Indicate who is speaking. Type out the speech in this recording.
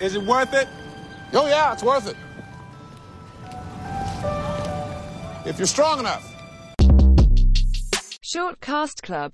Speaker 1: Is it worth it?
Speaker 2: Oh, yeah, it's worth it. If you're strong enough.
Speaker 3: Shortcast Club.